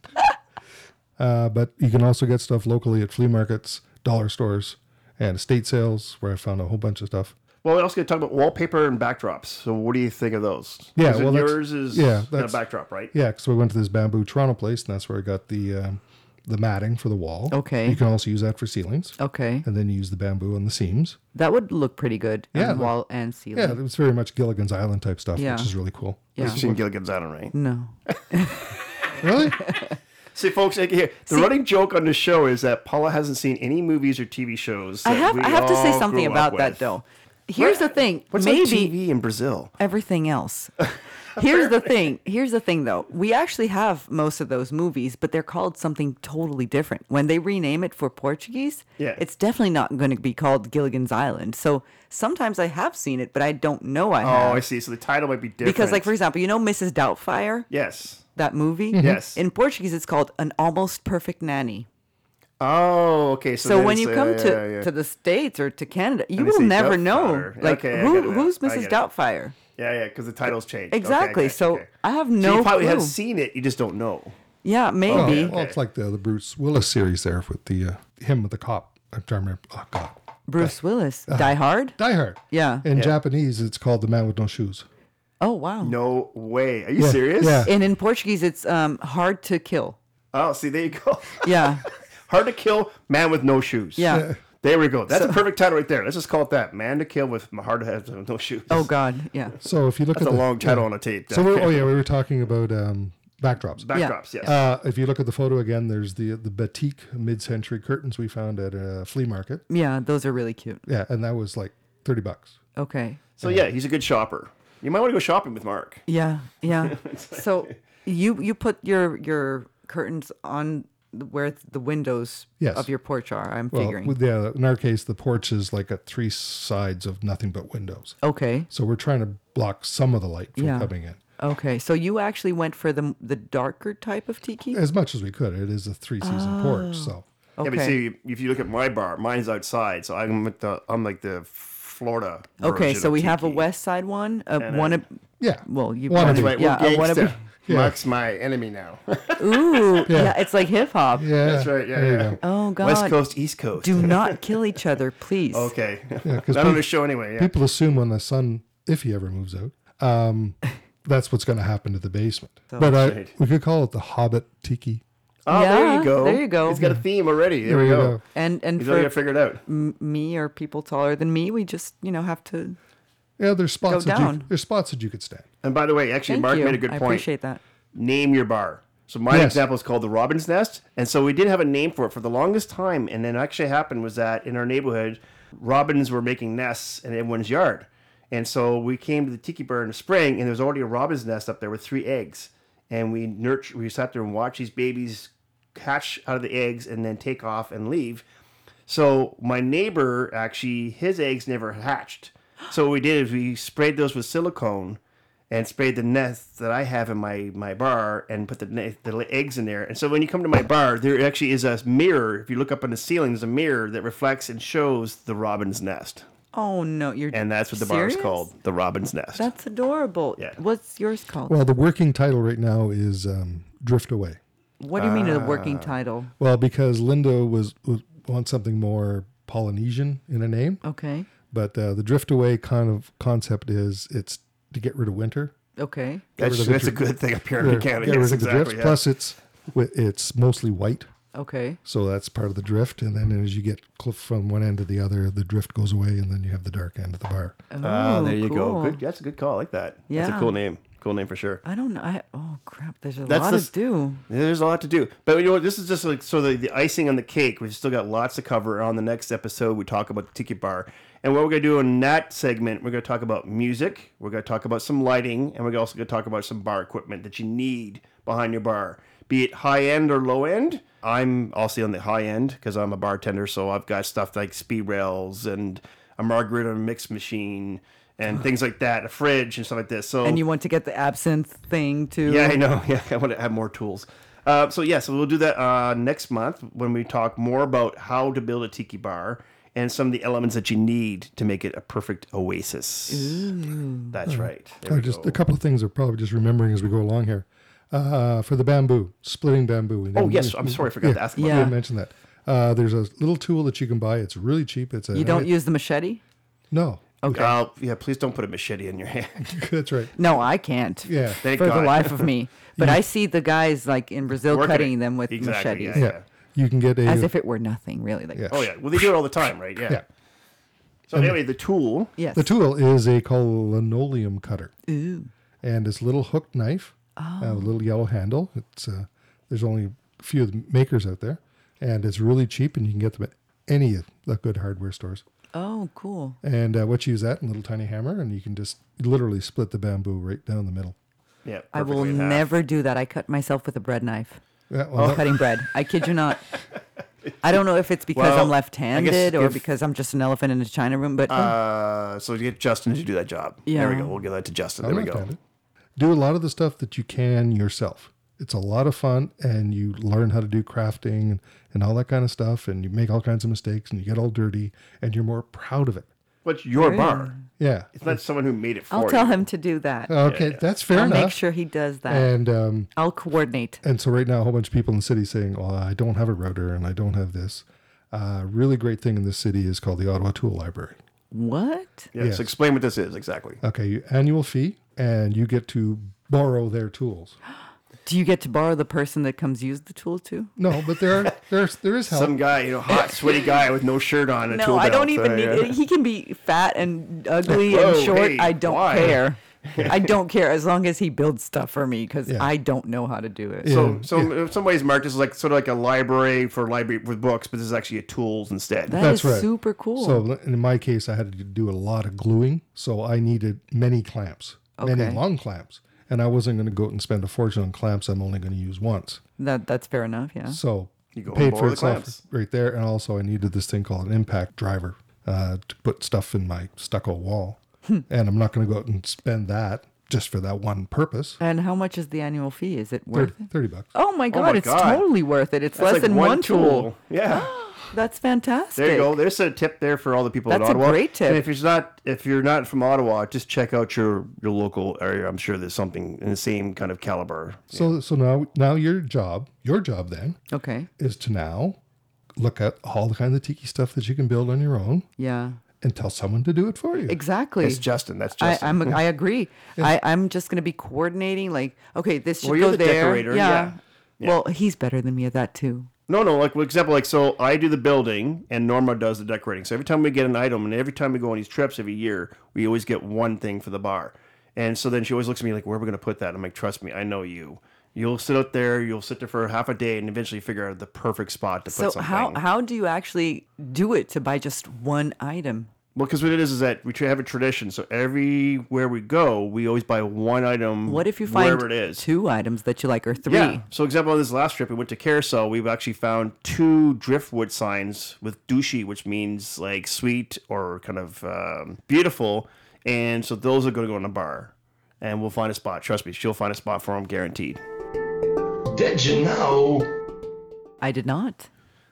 uh, but you can also get stuff locally at flea markets, dollar stores, and estate sales, where I found a whole bunch of stuff. well, we're also going to talk about wallpaper and backdrops. So, what do you think of those? Yeah, 'Cause well, that's- yours is yeah, yeah, a that's- backdrop, right? Yeah, because we went to this bamboo Toronto place, and that's where I got the um, the matting for the wall. Okay. You can also use that for ceilings. Okay, and then you use the bamboo on the seams. that would look pretty good. on Yeah. wall and ceiling. Yeah, it's very much Gilligan's Island type stuff, Yeah. which is really cool. Yeah. You've seen Gilligan's Island, right? No. Really? See, folks, like, here, the running joke on the show is that Paula hasn't seen any movies or TV shows. I that have we I have to say all something grew up about that with. though. Here's the thing. What's on Maybe TV in Brazil? everything else. Here's the thing. Here's the thing, though. We actually have most of those movies, but they're called something totally different. When they rename it for Portuguese, Yeah. it's definitely not going to be called Gilligan's Island. So sometimes I have seen it, but I don't know I have. Oh, I see. So the title might be different. because, like, for example, you know Mrs. Doubtfire, yes. that movie? Yes. In Portuguese, it's called An Almost Perfect Nanny. Oh, okay. So, So then when it's, you come uh, to, yeah, yeah. to the States or to Canada, you they will say never know. Doubtfire. Like, Okay, I get who, it now. who's I Mrs. get it. Doubtfire? yeah, yeah, because the title's changed. Okay, I Exactly. gotcha, so okay. I have So no you probably clue. have seen it, you just don't know. Yeah, Oh, maybe. Well, it's like the, the Bruce Willis series there with the uh, him with the cop. I'm trying to remember. Oh, God. Bruce Willis, Uh-huh. Die Hard. Die Hard. Yeah. In Japanese, it's called The Man with No Shoes. Oh wow. No way. Are you Yeah, serious? yeah. And in Portuguese, it's um hard to kill. Oh, see, there you go. Yeah, Hard to kill, man with no shoes. yeah. There we go. That's a perfect title right there. Let's just call it that. Man to kill with hard to have no shoes. oh God, yeah. So if you look That's a at the long title on a tape. So we're, oh yeah, we were talking about um, backdrops. Backdrops, yes. Uh, if you look at the photo again, there's the the batik mid-century curtains we found at a flea market. Yeah, those are really cute. Yeah, and that was like thirty bucks. Okay. So yeah, he's a good shopper. You might want to go shopping with Mark. Yeah, yeah. so you you put your your curtains on the- where the windows Yes. of your porch are. I'm Well, figuring. with- yeah, in our case, the porch is like at three sides of nothing but windows. okay, So we're trying to block some of the light from Yeah. coming in okay. So you actually went for the the darker type of tiki. as much as we could. It is a three Oh. season porch. So Okay. Yeah, but see, if you look at my bar, mine's outside, so I'm at the I'm like the Florida. okay, version so of we have a tiki. west side one, a one. ab- yeah. well, you Wannabe. wanna- Right, yeah, we're a wannabe- gangsta. Yeah. Mark's my enemy now. Ooh, yeah. it's like hip hop. Yeah, That's right. Yeah, there you yeah. go. Oh God. West Coast, East Coast. Do not kill each other, please. okay. Not 'cause on peop- the show anyway. Yeah. People assume when the son, if he ever moves out, um, that's what's going to happen to the basement. but I, right. we could call it the Hobbit Tiki. Oh, there you Yeah, go. there you go. He's got a theme already. There, we you go. go. And and He's already for got it figured out. m- me or people taller than me, we just you know have to. Yeah, there's spots. That you, down. there's spots that you could stand. And by the way, actually, Thank Mark you. made a good I point. appreciate that. Name your bar. So my Yes. example is called the Robin's Nest, and so we did have a name for it for the longest time. And then actually happened was that in our neighborhood, robins were making nests in everyone's yard, and so we came to the Tiki Bar in the spring, and there was already a robin's nest up there with three eggs, and we nurture, we sat there and watched these babies hatch out of the eggs and then take off and leave. So my neighbor actually his eggs never hatched. So what we did is we sprayed those with silicone and sprayed the nest that I have in my my bar and put the ne- the li- eggs in there. And so when you come to my bar, there actually is a mirror. If you look up on the ceiling, there's a mirror that reflects and shows the robin's nest. Oh no, you're. And that's what the bar Serious? is called, the robin's nest. That's adorable. Yeah. What's yours called? Well, the working title right now is um, Drift Away. what do you mean a working Uh, title? Well, because Linda was, was wants something more Polynesian in a name, Okay. but uh, the Drift Away kind of concept is it's to get rid of winter. Okay. that's, rid of the that's a dri- good thing up here or in Canada. get rid Yes, of the exactly. drifts. yeah. Plus, it's wi- it's mostly white, Okay. so that's part of the drift. And then as you get cl- from one end to the other, the drift goes away, and then you have the dark end of the bar. Ah, there you Oh, cool. go. Good, that's a good call. I like that. That's Yeah. a cool name. Cool name for sure. I don't know. I, oh crap! There's a That's lot the s- to do. There's a lot to do, but you know what? This is just like sort of the icing on the cake. We've still got lots to cover. On the next episode, we talk about the Tiki Bar, and what we're gonna do in that segment, we're gonna talk about music, we're gonna talk about some lighting, and we're also gonna talk about some bar equipment that you need behind your bar, be it high end or low end. I'm also on the high end because I'm a bartender, so I've got stuff like speed rails and a margarita mix machine and things like that, a fridge and stuff like this. So And you want to get the absinthe thing too? yeah, I know. Yeah, I want to have more tools. Uh, so yeah, so we'll do that uh, next month when we talk more about how to build a tiki bar and some of the elements that you need to make it a perfect oasis. Uh, That's right. There Oh, we just go. a couple of things are probably just remembering as we go along here. Uh, for the bamboo, splitting bamboo. we Oh didn't- yes, I'm sorry, I forgot to ask about I Yeah. didn't mention that. Uh, there's a little tool that you can buy. It's really cheap. It's a You don't use the machete? no. that. Uh, yeah, please don't put a machete in your hand. That's right. No, I can't. Yeah. Thank for the God. life of me. But I see the guys like in Brazil Working it. cutting them with Exactly, machetes, Yeah. Yeah. You can get a as if it were nothing, really. Like, Yeah. Oh yeah, well they do it all the time, right? Yeah. yeah. So anyway, the tool. yes. The tool is a called linoleum cutter. And it's a little hooked knife, uh, Oh. a little yellow handle. It's uh, there's only a few of the makers out there, and it's really cheap, and you can get them at any of the good hardware stores. Oh, cool. And uh, what you use that and a little tiny hammer, and you can just literally split the bamboo right down the middle. Yeah. I will perfectly in half. never do that. I cut myself with a bread knife. Yeah, well, that- Oh, Cutting bread. I kid you not. I don't know if it's because Well, I I'm guess left-handed or if- because I'm just an elephant in a china room, but Uh, so you get Justin to do that job. There we Yeah. go. We'll give that to Justin. I'm there we not go. bad at it. Do a lot of the stuff that you can yourself. It's a lot of fun, and you learn how to do crafting and all that kind of stuff, and you make all kinds of mistakes, and you get all dirty, and you're more proud of it. What's your bar? Yeah. It's not someone who made it for I'll you. tell him to do that. Okay, that's Uh, fair I'll enough. make sure he does that. And um, I'll coordinate. and so right now, a whole bunch of people in the city saying, "Well, I don't have a router, and I don't have this." Uh, really great thing in this city is called the Ottawa Tool Library. What? Yeah, Uh, Yes. So explain what this is exactly. Okay, you- annual fee, and you get to borrow their tools. Do you get to borrow the person that comes use the tool too? No, but there are, there's there is help. Some guy, you know, hot, sweaty guy with no shirt on. and A No, tool I don't belt. even Uh, need yeah. it. He can be fat and ugly Whoa, and short. hey, I don't why? care. I don't care as long as he builds stuff for me because Yeah. I don't know how to do it. So, so in some ways, Mark, this is like sort of like a library for library with books, but this is actually a tools instead. That That's is right. super cool. So in my case, I had to do a lot of gluing, so I needed many clamps, Okay. many long clamps, and I wasn't going to go out and spend a fortune on clamps. I'm only going to use once. that that's fair enough. Yeah. So You go and paid borrow for the itself clamps. right there, and also I needed this thing called an impact driver uh, to put stuff in my stucco wall, Hmm. and I'm not going to go out and spend that just for that one purpose. And how much is the annual fee? Is it worth Thir- it? Thirty bucks. Oh my god, my it's God. totally worth it. It's less like than one, tool. Yeah. That's fantastic. There you go. There's a tip there for all the people in That's a Ottawa. great tip. And if you're not if you're not from Ottawa, just check out your your local area. I'm sure there's something in the same kind of caliber. So so now now your job your job then Okay. is to now look at all the kind of tiki stuff that you can build on your own Yeah. and tell someone to do it for you. Exactly. It's Justin. That's I, Justin. I'm a, I agree. I, I'm just going to be coordinating. Like, okay, this should Well, go you're the there. decorator, yeah. Well, he's better than me at that too. no, no. Like for example, like so I do the building and Norma does the decorating. So every time we get an item and every time we go on these trips every year, we always get one thing for the bar. And so then she always looks at me like, "Where are we going to put that?" I'm like, "Trust me, I know you." You'll sit out there. You'll sit there for half a day and eventually figure out the perfect spot to put So something. how how do you actually do it to buy just one item? Well, because what it is is that we tr- have a tradition. So everywhere we go, we always buy one item. What if you find wherever it is? two items that you like or three? Yeah. So, example on this last trip, we went to Carousel. We've actually found two driftwood signs with douchey, which means like sweet or kind of um, beautiful. And so those are going to go in the bar, and we'll find a spot. Trust me, she'll find a spot for them, guaranteed. Did you know? I did not.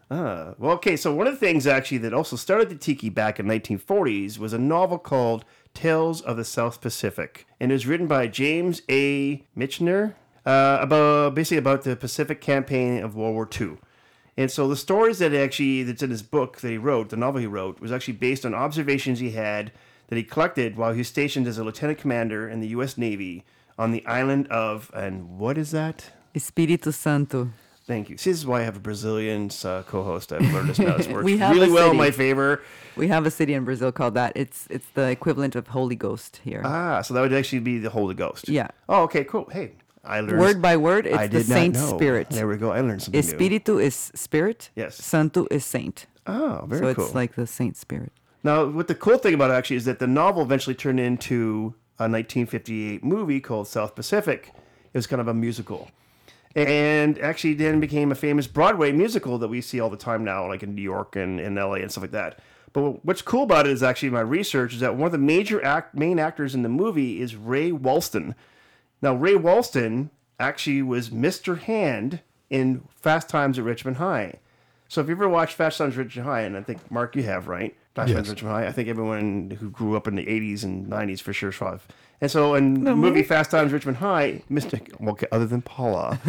Uh, well, okay. So one of the things actually that also started the tiki back in 1940s was a novel called Tales of the South Pacific, and it was written by James A. Michener uh, about basically about the Pacific campaign of World War II. And so the stories that actually that's in his book that he wrote, the novel he wrote, was actually based on observations he had that he collected while he was stationed as a lieutenant commander in the U.S. Navy on the island of and what is that? Espiritu Santo. Thank you. See, this is why I have a Brazilian uh, co-host. I've learned to spell this word We have really a well in city. my favor. We have a city in Brazil called that. It's it's the equivalent of Holy Ghost here. Ah, so that would actually be the Holy Ghost. Yeah. Oh, okay, cool. Hey, I learned word by word, it's I the did not Saint know. Spirit. There we go. I learned something new. Espiritu is spirit. Yes. Santo is saint. Oh, very so it's cool. like the Saint Spirit. Now, what the cool thing about it actually is that the novel eventually turned into a 1958 movie called South Pacific. It was kind of a musical. And actually, then became a famous Broadway musical that we see all the time now, like in New York and in LA and stuff like that. But what's cool about it is actually my research is that one of the major act, main actors in the movie is Ray Walston. Now, Ray Walston actually was Mr. Hand in Fast Times at Richmond High. So if you ever watched Fast Times at Richmond High, and I think Mark, you have right, Fast Times at Richmond High. I think everyone who grew up in the '80s and '90s for sure saw it. And so in the movie Fast Times at Richmond High, Mister, well, okay, other than Paula,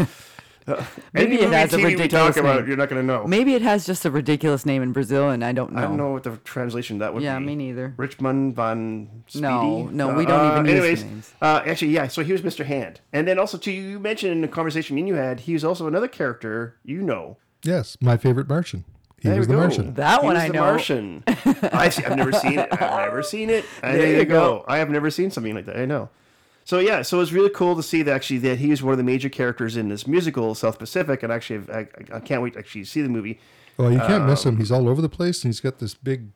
uh, Maybe any it movie has a TV we talk ridiculous about, name. you're not going to know. Maybe it has just a ridiculous name in Brazil, and I don't know. I don't know what the translation that would Yeah, be. me neither. Richmond von Speedy. No, no, we don't even use the names. Uh, actually, yeah. So he was Mr. Hand, and then also too, you mentioned in the conversation me and you had, he was also another character you know. Yes, my favorite Martian. He There was we the go. Martian. That He one was I the know. Martian. I see, I've never seen it. I've never seen it. And there, you you go. I have never seen something like that. I know. So yeah, so it was really cool to see that actually that he was one of the major characters in this musical South Pacific, and actually I, I- I can't wait to actually see the movie. Well, you can't miss um, him. He's all over the place, and he's got this big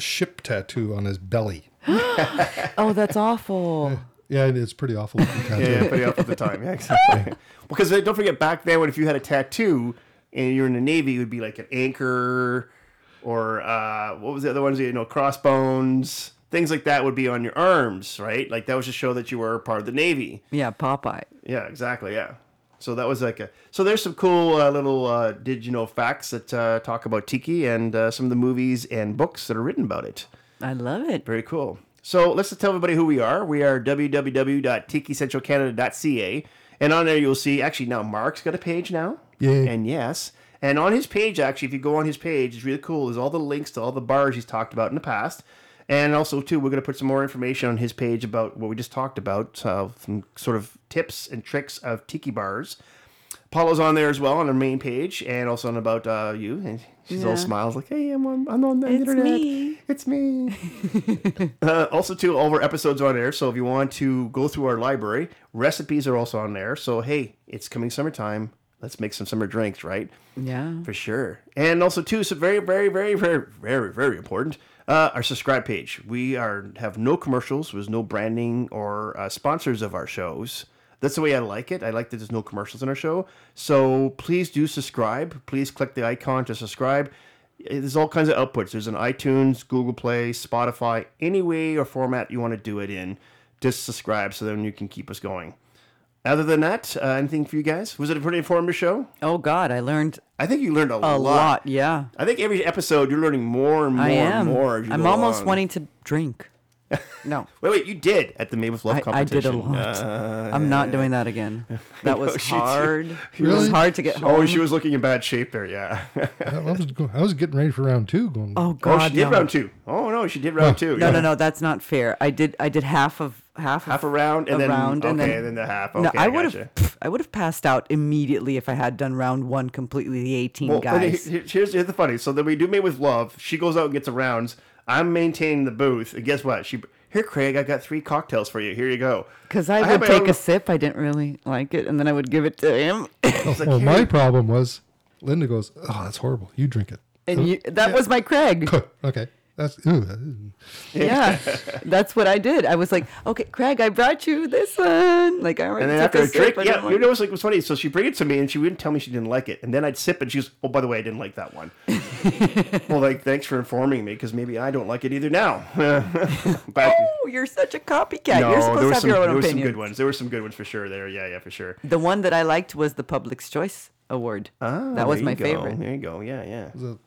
ship tattoo on his belly. Oh, that's awful. Yeah, and it's pretty awful. looking tattoo. Yeah, pretty up at the time. Yeah, exactly. because uh, don't forget back then, when if you had a tattoo and you're in the Navy, it would be like an anchor or uh, what was the other ones? You know, crossbones, things like that would be on your arms, right? Like that was to show that you were part of the Navy. yeah, Popeye. Yeah, exactly. Yeah. So that was like a. So there's some cool uh, little uh, did you know facts that uh, talk about tiki and uh, some of the movies and books that are written about it. I love it. Very cool. So let's just tell everybody who we are. We are www.tikicentralcanada.ca. And on there, you'll see actually now Mark's got a page now. Yeah. And yes. And on his page, actually, if you go on his page, it's really cool. There's all the links to all the bars he's talked about in the past. And also, too, we're going to put some more information on his page about what we just talked about, uh, some sort of tips and tricks of tiki bars. Paula's on there as well on her main page, and also on about uh, you. And she's all Yeah. smiles like, "Hey, I'm on, I'm on the It's internet. me." It's me." uh, also, too, all of our episodes are on there. So if you want to go through our library, recipes are also on there. So hey, it's coming summertime. Let's make some summer drinks, right? Yeah. For sure. And also too, so very, very, very, very, very, very important. Uh, our subscribe page. We are have no commercials. There's no branding or uh, sponsors of our shows. That's the way I like it. I like that there's no commercials in our show. So please do subscribe. Please click the icon to subscribe. There's all kinds of outputs. There's an iTunes, Google Play, Spotify, any way or format you want to do it in. Just subscribe so then you can keep us going. Other than that, uh, anything for you guys? Was it a pretty informative show? Oh God, I learned I think you learned a, a lot. lot. Yeah. I think every episode you're learning more and more I and am. more. as you I'm go almost along. wanting to drink. No, Wait, wait, you did at the Mavis Love I, I did competition. a lot. Uh, I'm not doing that again. That was she did. hard. It Really? was hard to get home. oh, she was looking in bad shape there. Yeah. I was, go- I was getting ready for round two. Going, Oh oh, God, she did no. round two. Oh no, she did round two. No, yeah. no, no. That's not fair. I did. I did half of half. Half a of, round and A then round okay, and then- the half. Okay, no, I would gotcha. have. I would have passed out immediately if I had done round one completely. The 18 Well, okay, guys. here- here's, here's the funny. So then we do Mavis Love. She goes out and gets the rounds. I'm maintaining the booth. And guess what? She here, Craig. I got three cocktails for you. Here you go. Because I, I had would my take own- a sip. I didn't really like it, and then I would give it to him. well, my problem was Linda goes, oh, that's horrible. You drink it. and you, that was my Craig. okay. That's ooh, that- Yeah, that's what I did. I was like, okay, Craig, I brought you this one. Like I already And then took after a drink, sip. I yeah, didn't you like- know what's like what's funny? So she bring it to me, and she wouldn't tell me she didn't like it. And then I'd sip, and she's, oh, by the way, I didn't like that one. well, like thanks for informing me, because maybe I don't like it either now. Back, Oh, you're such a copycat. no, you're supposed there to were have some your there own were opinion. some good ones. There were some good ones for sure. There, yeah, yeah, for sure. The one that I liked was the Public's Choice Award. Ah, that was there you my go. favorite. There you go. Yeah, yeah. that-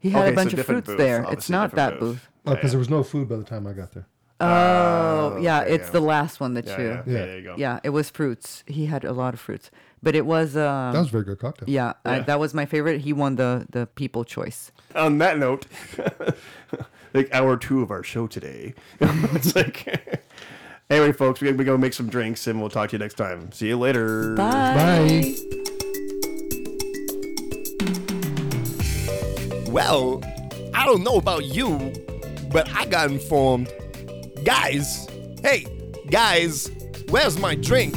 He had Okay, so a bunch of different fruits booth, there. It's obviously, not different that booth. booth. Oh, because there was no food by the time I got there. Oh, yeah, okay, it's yeah. the last one that Yeah, you. yeah, Yeah, okay, there you go. it was fruits. He had a lot of fruits, but it was. Um, That was a very good cocktail. yeah, I, that was my favorite. He won the the People Choice. On that note, like hour two of our show today. it's like. Anyway, folks, we're going to go make some drinks and we'll talk to you next time. See you later. Bye. Well, I don't know about you, but I got informed. Guys, hey, guys, where's my drink?